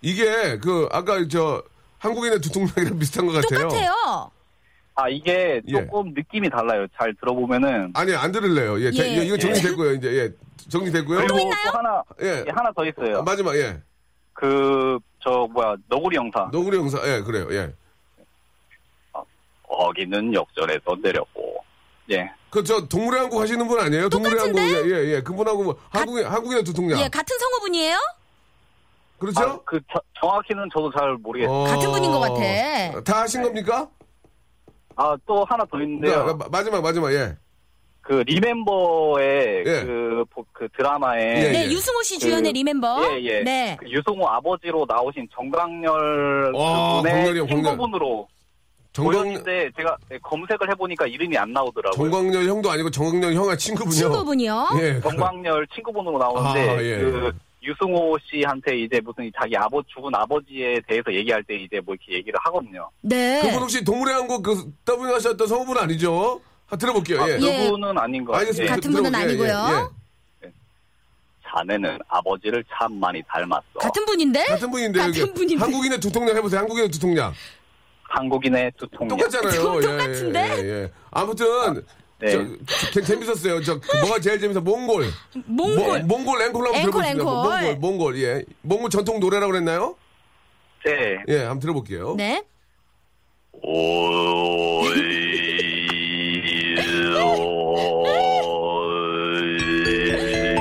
이게, 그, 아까 저, 한국인의 두통약이랑 비슷한 것 같아요. 똑같아요. 아 이게 예. 조금 느낌이 달라요. 잘 들어보면은 아니, 안 들을래요. 예. 자, 예. 이거 정리됐고요. 이제, 예. 정리됐고요. 그리고 있나요? 또 하나 예. 예, 하나 더 있어요. 마지막, 예. 그 저 뭐야 너구리 영상. 노구리 형사, 예, 그래요, 예. 거기는 역전에서 내렸고. 예. 그, 저, 동물의 한국 하시는 분 아니에요? 동물의 한국, 예, 예, 예. 그분하고 뭐, 한국인, 한국인의 두통량. 예, 같은 성우분이에요? 그렇죠? 아, 그 저- 정확히는 저도 잘 모르겠어요. 어, 예. 같은 분인 것 같아. 다 하신 겁니까? 아 또 하나 더 있는데요. 네, 마- 마지막, 마지막, 예. 그 리멤버의 예. 그, 보- 그 드라마에 예, 네, 예. 유승호 씨 주연의 그- 리멤버. 예, 예. 네. 그 유승호 아버지로 나오신 정강렬 어, 그분의 강렬이요, 강렬. 친구분으로 정광, 보였는데 제가 네, 검색을 해보니까 이름이 안 나오더라고요. 정광렬 형도 아니고 정광렬 형아 친구분이요. 친구분이요. 예. 정광렬 친구분으로 나오는데 아, 예. 그 유승호 씨한테 이제 무슨 자기 아버 죽은 아버지에 대해서 얘기할 때 이제 뭐 이렇게 얘기를 하거든요. 네. 그분 혹시 동물의 한국 그, 더빙 하셨던 성우분 아니죠? 한 들어볼게요, 예. 예. 그분은 아닌 것 같아요. 알겠습니다. 예. 같은 분은 들어볼게요, 예, 아니고요. 그 자네는 아버지를 참 많이 닮았어. 같은 분인데? 예. 같은 분인데, 같은 여기. 분인데. 한국인의 두통량 해보세요, 한국인의 두통량. 한국인의 두통약. 똑같잖아요. 좀 예, 똑같은데? 예, 예. 아무튼 네. 저, 재- 재밌었어요. 저 뭐가 제일 재밌어? 몽골. 몽골. 몽, 몽골 앵콜 한번 앵콜, 들어보겠습니다. 앵콜. 몽골, 몽골. 예. 몽골 전통 노래라고 그랬나요? 네. 예, 한번 들어볼게요. 네.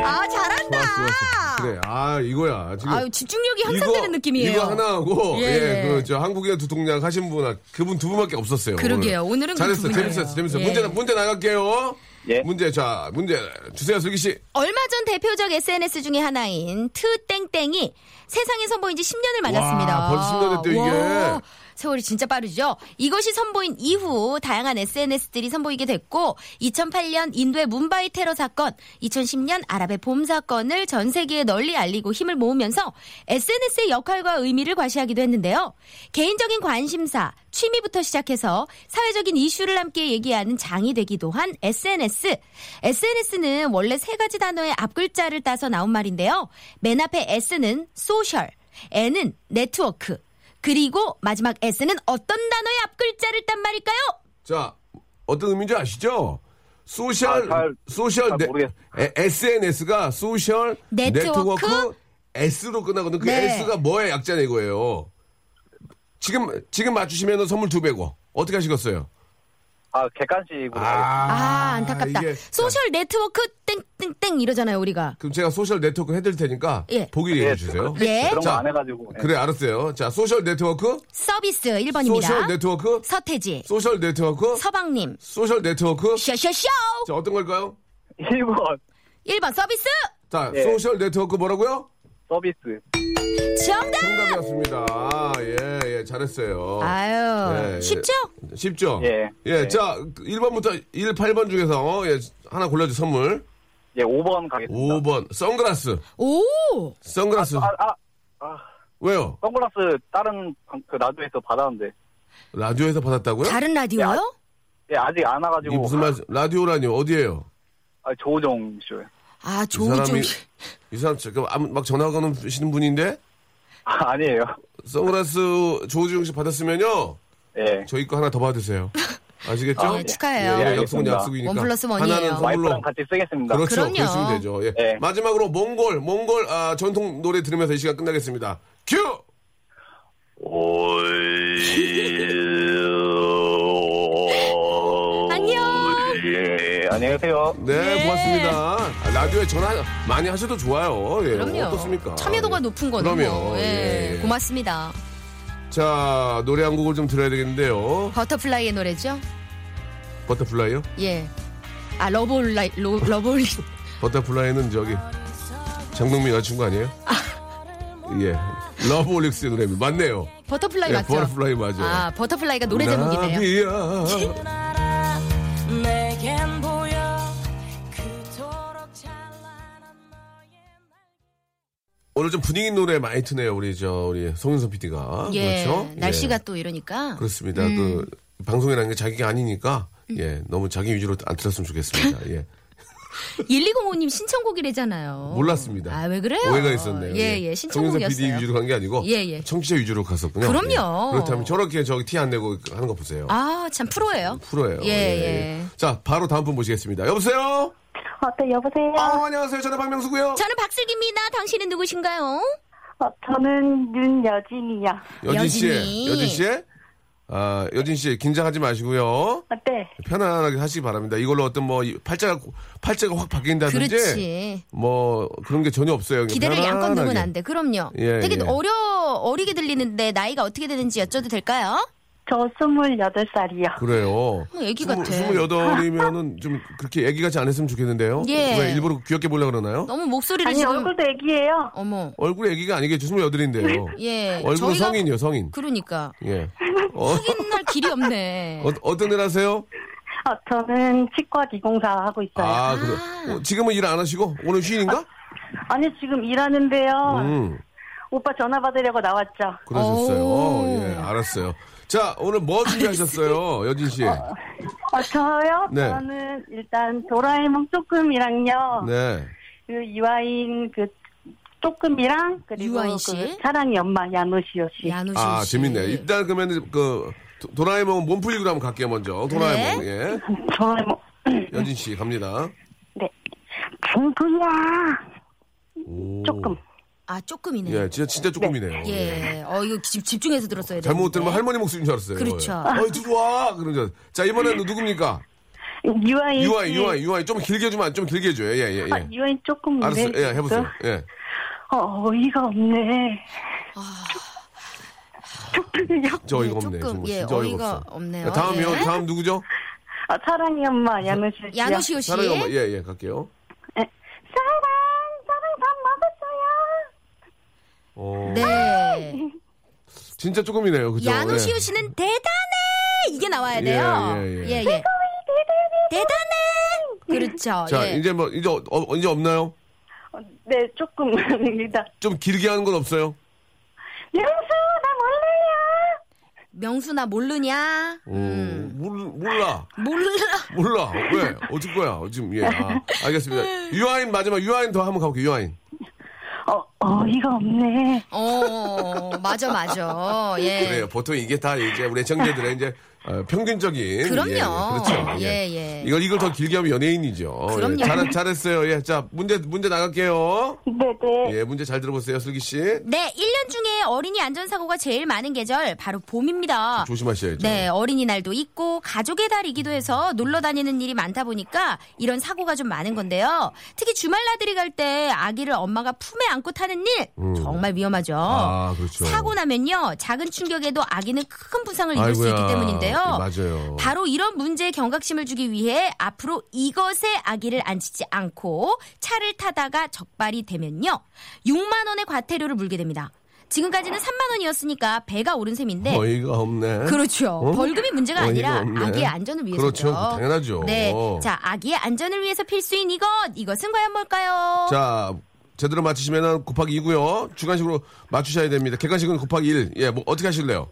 아, 잘한다. 좋았어, 좋았어. 그래. 아, 이거야. 지금 아유, 집중력이 향상되는 느낌이에요. 이거 하나 하고 예, 예, 예. 그저 한국의 두통량 하신 분 아, 그분 두 분밖에 없었어요. 그러게요. 오늘은 그 잘했어. 두 분이에요. 재밌었어. 재밌어. 예. 문제 나- 문제 나갈게요. 예. 문제 자 문제 주세요 슬기 씨. 얼마 전 대표적 SNS 중에 하나인 트땡땡이 세상에 선보인 지 10년을 맞았습니다. 와, 벌써 10년 됐대요, 이게. 와, 세월이 진짜 빠르죠. 이것이 선보인 이후 다양한 SNS들이 선보이게 됐고 2008년 인도의 문바이 테러 사건, 2010년 아랍의 봄 사건을 전 세계에 널리 알리고 힘을 모으면서 SNS의 역할과 의미를 과시하기도 했는데요. 개인적인 관심사, 취미부터 시작해서 사회적인 이슈를 함께 얘기하는 장이 되기도 한 SNS. SNS는 원래 세 가지 단어의 앞글자를 따서 나온 말인데요. 맨 앞에 S는 소셜, N은 네트워크, 그리고 마지막 S는 어떤 단어의 앞글자를 딴 말일까요? 자 어떤 의미인지 아시죠? 소셜 아, 잘- 소셜 잘 네- 모르겠- 에- SNS가 소셜 네트워크? 네트워크, S로 끝나거든. 그 네. S가 뭐의 약자냐 이거예요. 지금 지금 맞추시면 선물 두 배고 어떻게 하시겠어요? 아, 객관식으로. 하겠습니다. 아, 안타깝다. 이게- 소셜 네트워크 땡땡땡 이러잖아요, 우리가. 그럼 제가 소셜 네트워크 해드릴 테니까 예. 보기 얘기해 주세요. 예. 그런 그 자, 거 안 해가지고. 예. 그래 알았어요. 자 소셜 네트워크, 서비스 1번입니다. 소셜 네트워크, 서태지, 소셜 네트워크, 서방님, 소셜 네트워크. 쇼쇼쇼! 자 어떤 걸까요? 1번 1번 서비스! 자 예. 소셜 네트워크 뭐라고요? 서비스. 정답! 정답이었습니다. 예, 예, 잘했어요. 아유, 예, 예. 쉽죠? 쉽죠? 예. 예. 자, 그 1번부터 1, 8번 중에서, 어, 예, 하나 골라줘, 선물. 예, 5번 가겠습니다. 5번, 선글라스. 오! 어? 선글라스. 아, 아, 아, 왜요? 선글라스 다른 방- 그 라디오에서 받았는데. 라디오에서 받았다고요? 다른 라디오요? 예, 아직 안 이게 와가지고. 무슨 말, 라디오라니요? 어디에요? 아, 조우종 쇼요. 아, 이 사람이, 조우종. 이 사람, 지금 아무- 막 전화 가는 분인데, 아, 아니에요. 선글라스 조우중 씨 받았으면요, 예. 저희 거 하나 더 받으세요. 아시겠죠? 아, 예, 예, 축하해요. 예, 예, 약속은 알겠습니다. 약속이니까. 원 플러스 원이에요. 하나는 아, 선물로. 와이프랑 같이 쓰겠습니다. 그렇죠. 그럼요. 그러시면 되죠. 예. 네. 마지막으로 몽골, 몽골 아, 전통 노래 들으면서 이 시간 끝나겠습니다. 큐! 어, 안녕! 예, 안녕하세요. 네, 예. 고맙습니다. 아, 라디오에 전화 많이 하셔도 좋아요. 예. 그럼요. 어떻습니까? 참여도가 높은 거는 그럼요. 뭐. 예, 예. 고맙습니다. 자, 노래 한 곡을 좀 들어야 되겠는데요. 버터플라이의 노래죠? 버터플라이요? 예. 아, 러브올라이, 로- 러브올리. 버터플라이는 저기 장동민 여자친구 아니에요? 예. 러브 올릭스의 노래입니다. 맞네요. 버터플라이 예, 맞죠? 버터플라이 맞아요. 아, 버터플라이가 노래 제목이네요. 나비야. 내겐 보여 그토록 찬란한 너의 날 오늘 좀 분위기 노래 많이 트네요. 우리 저 우리 송윤선 PD가 예, 그렇죠. 날씨가 음. 예. 또 이러니까. 그렇습니다. 그 방송이라는 게 자기가 아니니까 음. 예 너무 자기 위주로 안 틀었으면 좋겠습니다. 예 1205님 신청곡이래잖아요. 몰랐습니다. 아, 왜 그래요? 오해가 있었네요. 예, 예, 송윤선 PD 신청곡이었어요. 위주로 간 게 아니고 예, 예. 청취자 위주로 갔었군요. 그럼요. 예. 그렇다면 저렇게 저기 티 안 내고 하는 거 보세요. 아, 참 프로예요. 프로예요. 예, 예. 자 바로 다음 분 모시겠습니다. 여보세요. 어, 네, 여보세요? 아, 안녕하세요. 저는 박명수고요. 저는 박슬기입니다. 당신은 누구신가요? 어, 저는 윤여진이요. 여진 씨, 여진이. 여진 씨. 아, 여진 씨 긴장하지 마시고요. 어, 네. 편안하게 하시기 바랍니다. 이걸로 어떤 뭐 이 팔자가 팔자가 확 바뀐다든지 그렇지. 뭐 그런 게 전혀 없어요. 기대를 양껏 편안하게. 누면 안 돼. 그럼요. 예, 되게 예. 어려 어리게 들리는데 나이가 어떻게 되는지 여쭤도 될까요? 저 28살이요. 그래요. 어, 애기 같아. 여덟이면은좀 그렇게 애기같이 안 했으면 좋겠는데요. 예. 왜 일부러 귀엽게 보려 그러나요? 너무 목소리를 아니, 지금 얼굴도 애기예요. 어머. 얼굴이 애기가 아니겠죠. 스물여덟인데요 예. 얼굴은 저희가- 성인이요, 성인. 그러니까 예. 어, 옛날 길이 없네. 어, 어떤 일 하세요? 어, 저는 치과 비공사 하고 있어요. 아. 아, 그래. 어, 지금은 일 안 하시고 오늘 휴일인가? 니 지금 일하는데요. 음, 오빠 전화 받으려고 나왔죠. 그러셨어요. 오. 예, 알았어요. 자, 오늘 뭐 준비하셨어요, 여진 씨? 어, 저요? 네. 저는 일단 도라에몽 쪼끔이랑요. 네. 그 이화인 그 쪼끔이랑 그리고 유아인 그 씨? 사랑의 엄마 야노시오 씨. 야노신 아, 씨. 재밌네. 일단 그러면 그 도- 도라에몽 몸 풀리기로 한번 갈게요, 먼저. 도라에몽. 예. 도라에몽. 여진 씨 갑니다. 네. 친구야. 오. 쪼끔. 아 조금이네. 예, 예. 진짜 진짜 조금이네요. 예. 어 이거 집, 집중해서 들었어야 돼. 잘못 들으면 할머니 목소리인 줄 알았어요. 그렇죠. 예. 어이, 들어와! 그런 줄 알았어요. 자, 이번에는 누굽니까? 유아인 씨. 유아이, 유아이, 유아이. 좀 길게 해주면 안- 좀 길게 해줘요. 예, 예, 예, 아, 네. 예. 유아인 쪼끔인데. 알았어요. 예, 해보세요. 예. 어, 어이가 없네. 쪼끔이요. 저 어이가 예, 없네. 조금, 정말 예, 진짜 어이가 어이가 없어. 없네요. 자, 다음이요. 예. 다음 누구죠? 아, 사랑이 엄마, 양우실 씨. 양효시오 씨. 사랑이 엄마, 예, 예, 갈게요. 사랑, 사랑 밥 먹었어요. 어, 네. 진짜 조금이네요, 그죠? 양효시오 씨는 대단해! 이게 나와야 돼요. 예, 예, 예. 예. 대단해! 그렇죠. 예. 자, 예. 이제 뭐, 이제, 어, 어, 이제 없나요? 어, 네, 조금입니다. 좀 길게 하는 건 없어요? 영수, 나 몰라요. 명수나 모르냐? 음. 몰, 몰라. 몰라. 몰라. 왜? 어쩔 거야. 지금, 예. 아, 알겠습니다. 유아인 마지막, 유아인 더 한번 가볼게요, 유아인. 어, 어이가 없네. 어, 맞아, 맞아. 예. 그래요. 보통 이게 다 이제 우리 청자들의 이제 어, 평균적인. 그럼요. 예, 예, 그렇죠. 예, 예. 이걸 이걸 더 길게 하면 연예인이죠. 그럼요. 예, 잘 잘했어요. 예. 자 문제 문제 나갈게요. 네네. 예, 문제 잘 들어보세요, 슬기 씨. 네, 1년 중에 어린이 안전사고가 제일 많은 계절, 바로 봄입니다. 조심하셔야죠. 네, 어린이날도 있고 가족의 달이기도 해서 놀러 다니는 일이 많다 보니까 이런 사고가 좀 많은 건데요. 특히 주말 나들이 갈 때 아기를 엄마가 품에 안고 타는 일 정말 위험하죠. 음. 아, 그렇죠. 사고 나면요. 작은 충격에도 아기는 큰 부상을 입을 수 아이고야. 네, 있기 때문인데요. 맞아요. 바로 이런 문제에 경각심을 주기 위해 앞으로 이것에 아기를 앉히지 않고 차를 타다가 적발이 되면요. 6만 원의 과태료를 물게 됩니다. 지금까지는 3만 원이었으니까 배가 오른 셈인데 어이가 없네. 네. 그렇죠. 어? 벌금이 문제가 어이가 아니라 없네. 아기의 안전을 위해서죠. 그렇죠. 당연하죠. 네. 자, 아기의 안전을 위해서 필수인 이것. 이것은 과연 뭘까요? 자 제대로 맞히시면은 곱하기 2고요. 주간식으로 맞추셔야 됩니다. 객관식은 곱하기 1. 예, 뭐 어떻게 하실래요?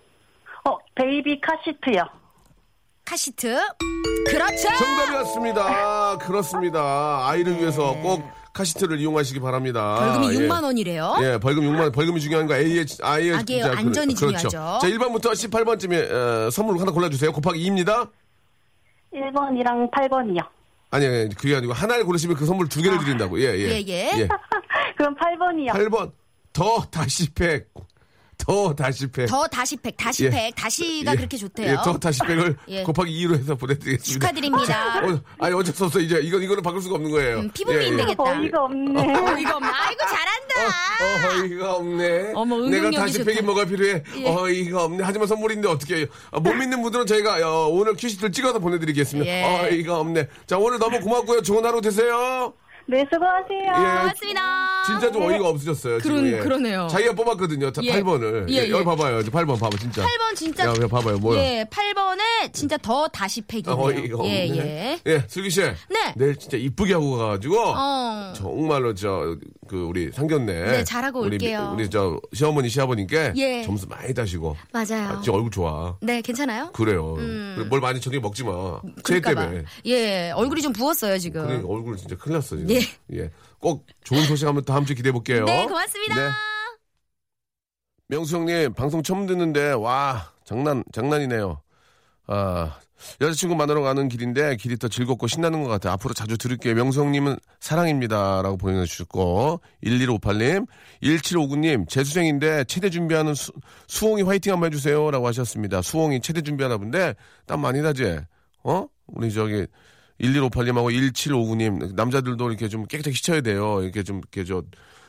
어, 베이비 카시트요. 카시트. 그렇죠. 정답이었습니다. 그렇습니다. 아이를 위해서 꼭 카시트를 이용하시기 바랍니다. 네. 벌금이 예. 6만 원이래요. 예, 벌금 6만 원. 벌금이 중요한 거 아이의 아이의 아기의 진짜 안전이 그, 그렇죠. 중요하죠. 자, 1번부터 18번쯤에 어, 선물 하나 골라 주세요. 곱하기 2입니다. 1번이랑 8번이요. 아니, 아니, 그게 아니고 하나를 고르시면 그 선물 두 개를 드린다고. 예, 예. 예, 예. 그럼 8번이요. 8번. 더 다시 팩. 더 다시 팩. 더 다시 팩, 다시 예. 팩, 다시가 예, 그렇게 좋대요. 예, 더 다시 팩을 예. 곱하기 2로 해서 보내 드리겠습니다. 축하드립니다. 아니, 어쩔 수 없어. 이제 이건 이거는 바꿀 수가 없는 거예요. 어, 음, 피부미 인되겠다. 어이가 그 없네. 이거 아이고 잘한다. 어이가 없네. 어머, 내가 응용력이 다시 좋다. 팩이 뭐가 필요해. 예. 어이가 없네. 하지만 선물인데 어떻게 해요? 아, 못 믿는 분들은 저희가 어, 오늘 퀴즈를 찍어서 보내드리겠습니다. 예. 어이가 없네. 자, 오늘 너무 고맙고요. 좋은 하루 되세요. 네, 예, 아, 수고하세요. 고맙습니다. 진짜 좀 어이가 없으셨어요. 그런- 지금, 예. 그러네요. 자기가 뽑았거든요. 예. 8번을. 예, 예. 여기 봐봐요. 이제 8번 봐봐, 진짜. 8번 진짜. 야, 야, 봐봐요. 뭐야. 예, 8번에 진짜 더 다시 팩이. 아, 어이가 없네. 예, 예. 슬기 씨. 네. 내일 진짜 이쁘게 하고 아, 가가지고. 어. 정말로 저 그 우리 상견례 네, 잘하고 우리, 올게요. 우리 저 시어머니 시아버님께 예. 점수 많이 따시고 맞아요. 아, 진짜 얼굴 좋아. 네, 괜찮아요? 그래요. 그리고 뭘 많이 저녁에 먹지 마. 쟤 그럴까 봐. 때문에. 예, 얼굴이 좀 부었어요, 지금. 그러니까 얼굴 진짜 큰일 났어 지금. 예. 예. 꼭 좋은 소식 한번 다음 주에 기대해 볼게요. 네, 고맙습니다. 네. 명수 형님 방송 처음 듣는데 와 장난 장난이네요. 아 여자친구 만나러 가는 길인데 길이 더 즐겁고 신나는 것 같아요. 앞으로 자주 들을게요. 명수 형님은 사랑입니다라고 보내주셨고 1158님 1759님 재수생인데 체대 준비하는 수, 수홍이 화이팅 한번 해주세요라고 하셨습니다. 수홍이 체대 준비하나 본데 땀 많이 나지? 어? 우리 저기 1158님하고 1759님 남자들도 이렇게 좀 깨끗하게 씻어야 돼요. 이렇게 좀 이렇게 저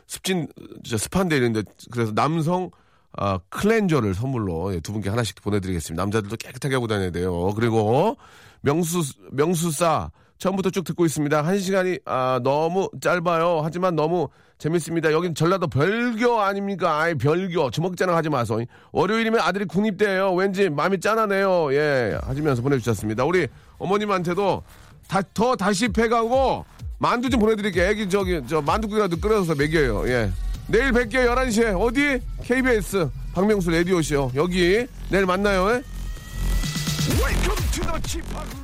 습진 저 습한데 이런데 그래서 남성 아, 클렌저를 선물로 예, 두 분께 하나씩 보내드리겠습니다. 남자들도 깨끗하게 하고 다녀야 돼요. 그리고 명수 명수사 처음부터 쭉 듣고 있습니다. 한 시간이 아, 너무 짧아요. 하지만 너무 재밌습니다. 여긴 전라도 별교 아닙니까? 아이 별교 주먹자랑 하지 마소. 월요일이면 아들이 국립대예요. 왠지 마음이 짠하네요. 예 하시면서 보내주셨습니다. 우리 어머님한테도 다, 더 다시 패가고 만두 좀 보내드릴게요. 애기 저기 저 만두국이라도 끓여서 먹여요. 예. 내일 뵐게요. 11시에 어디? KBS 박명수 라디오쇼 여기 내일 만나요. 예? Welcome to the Chipak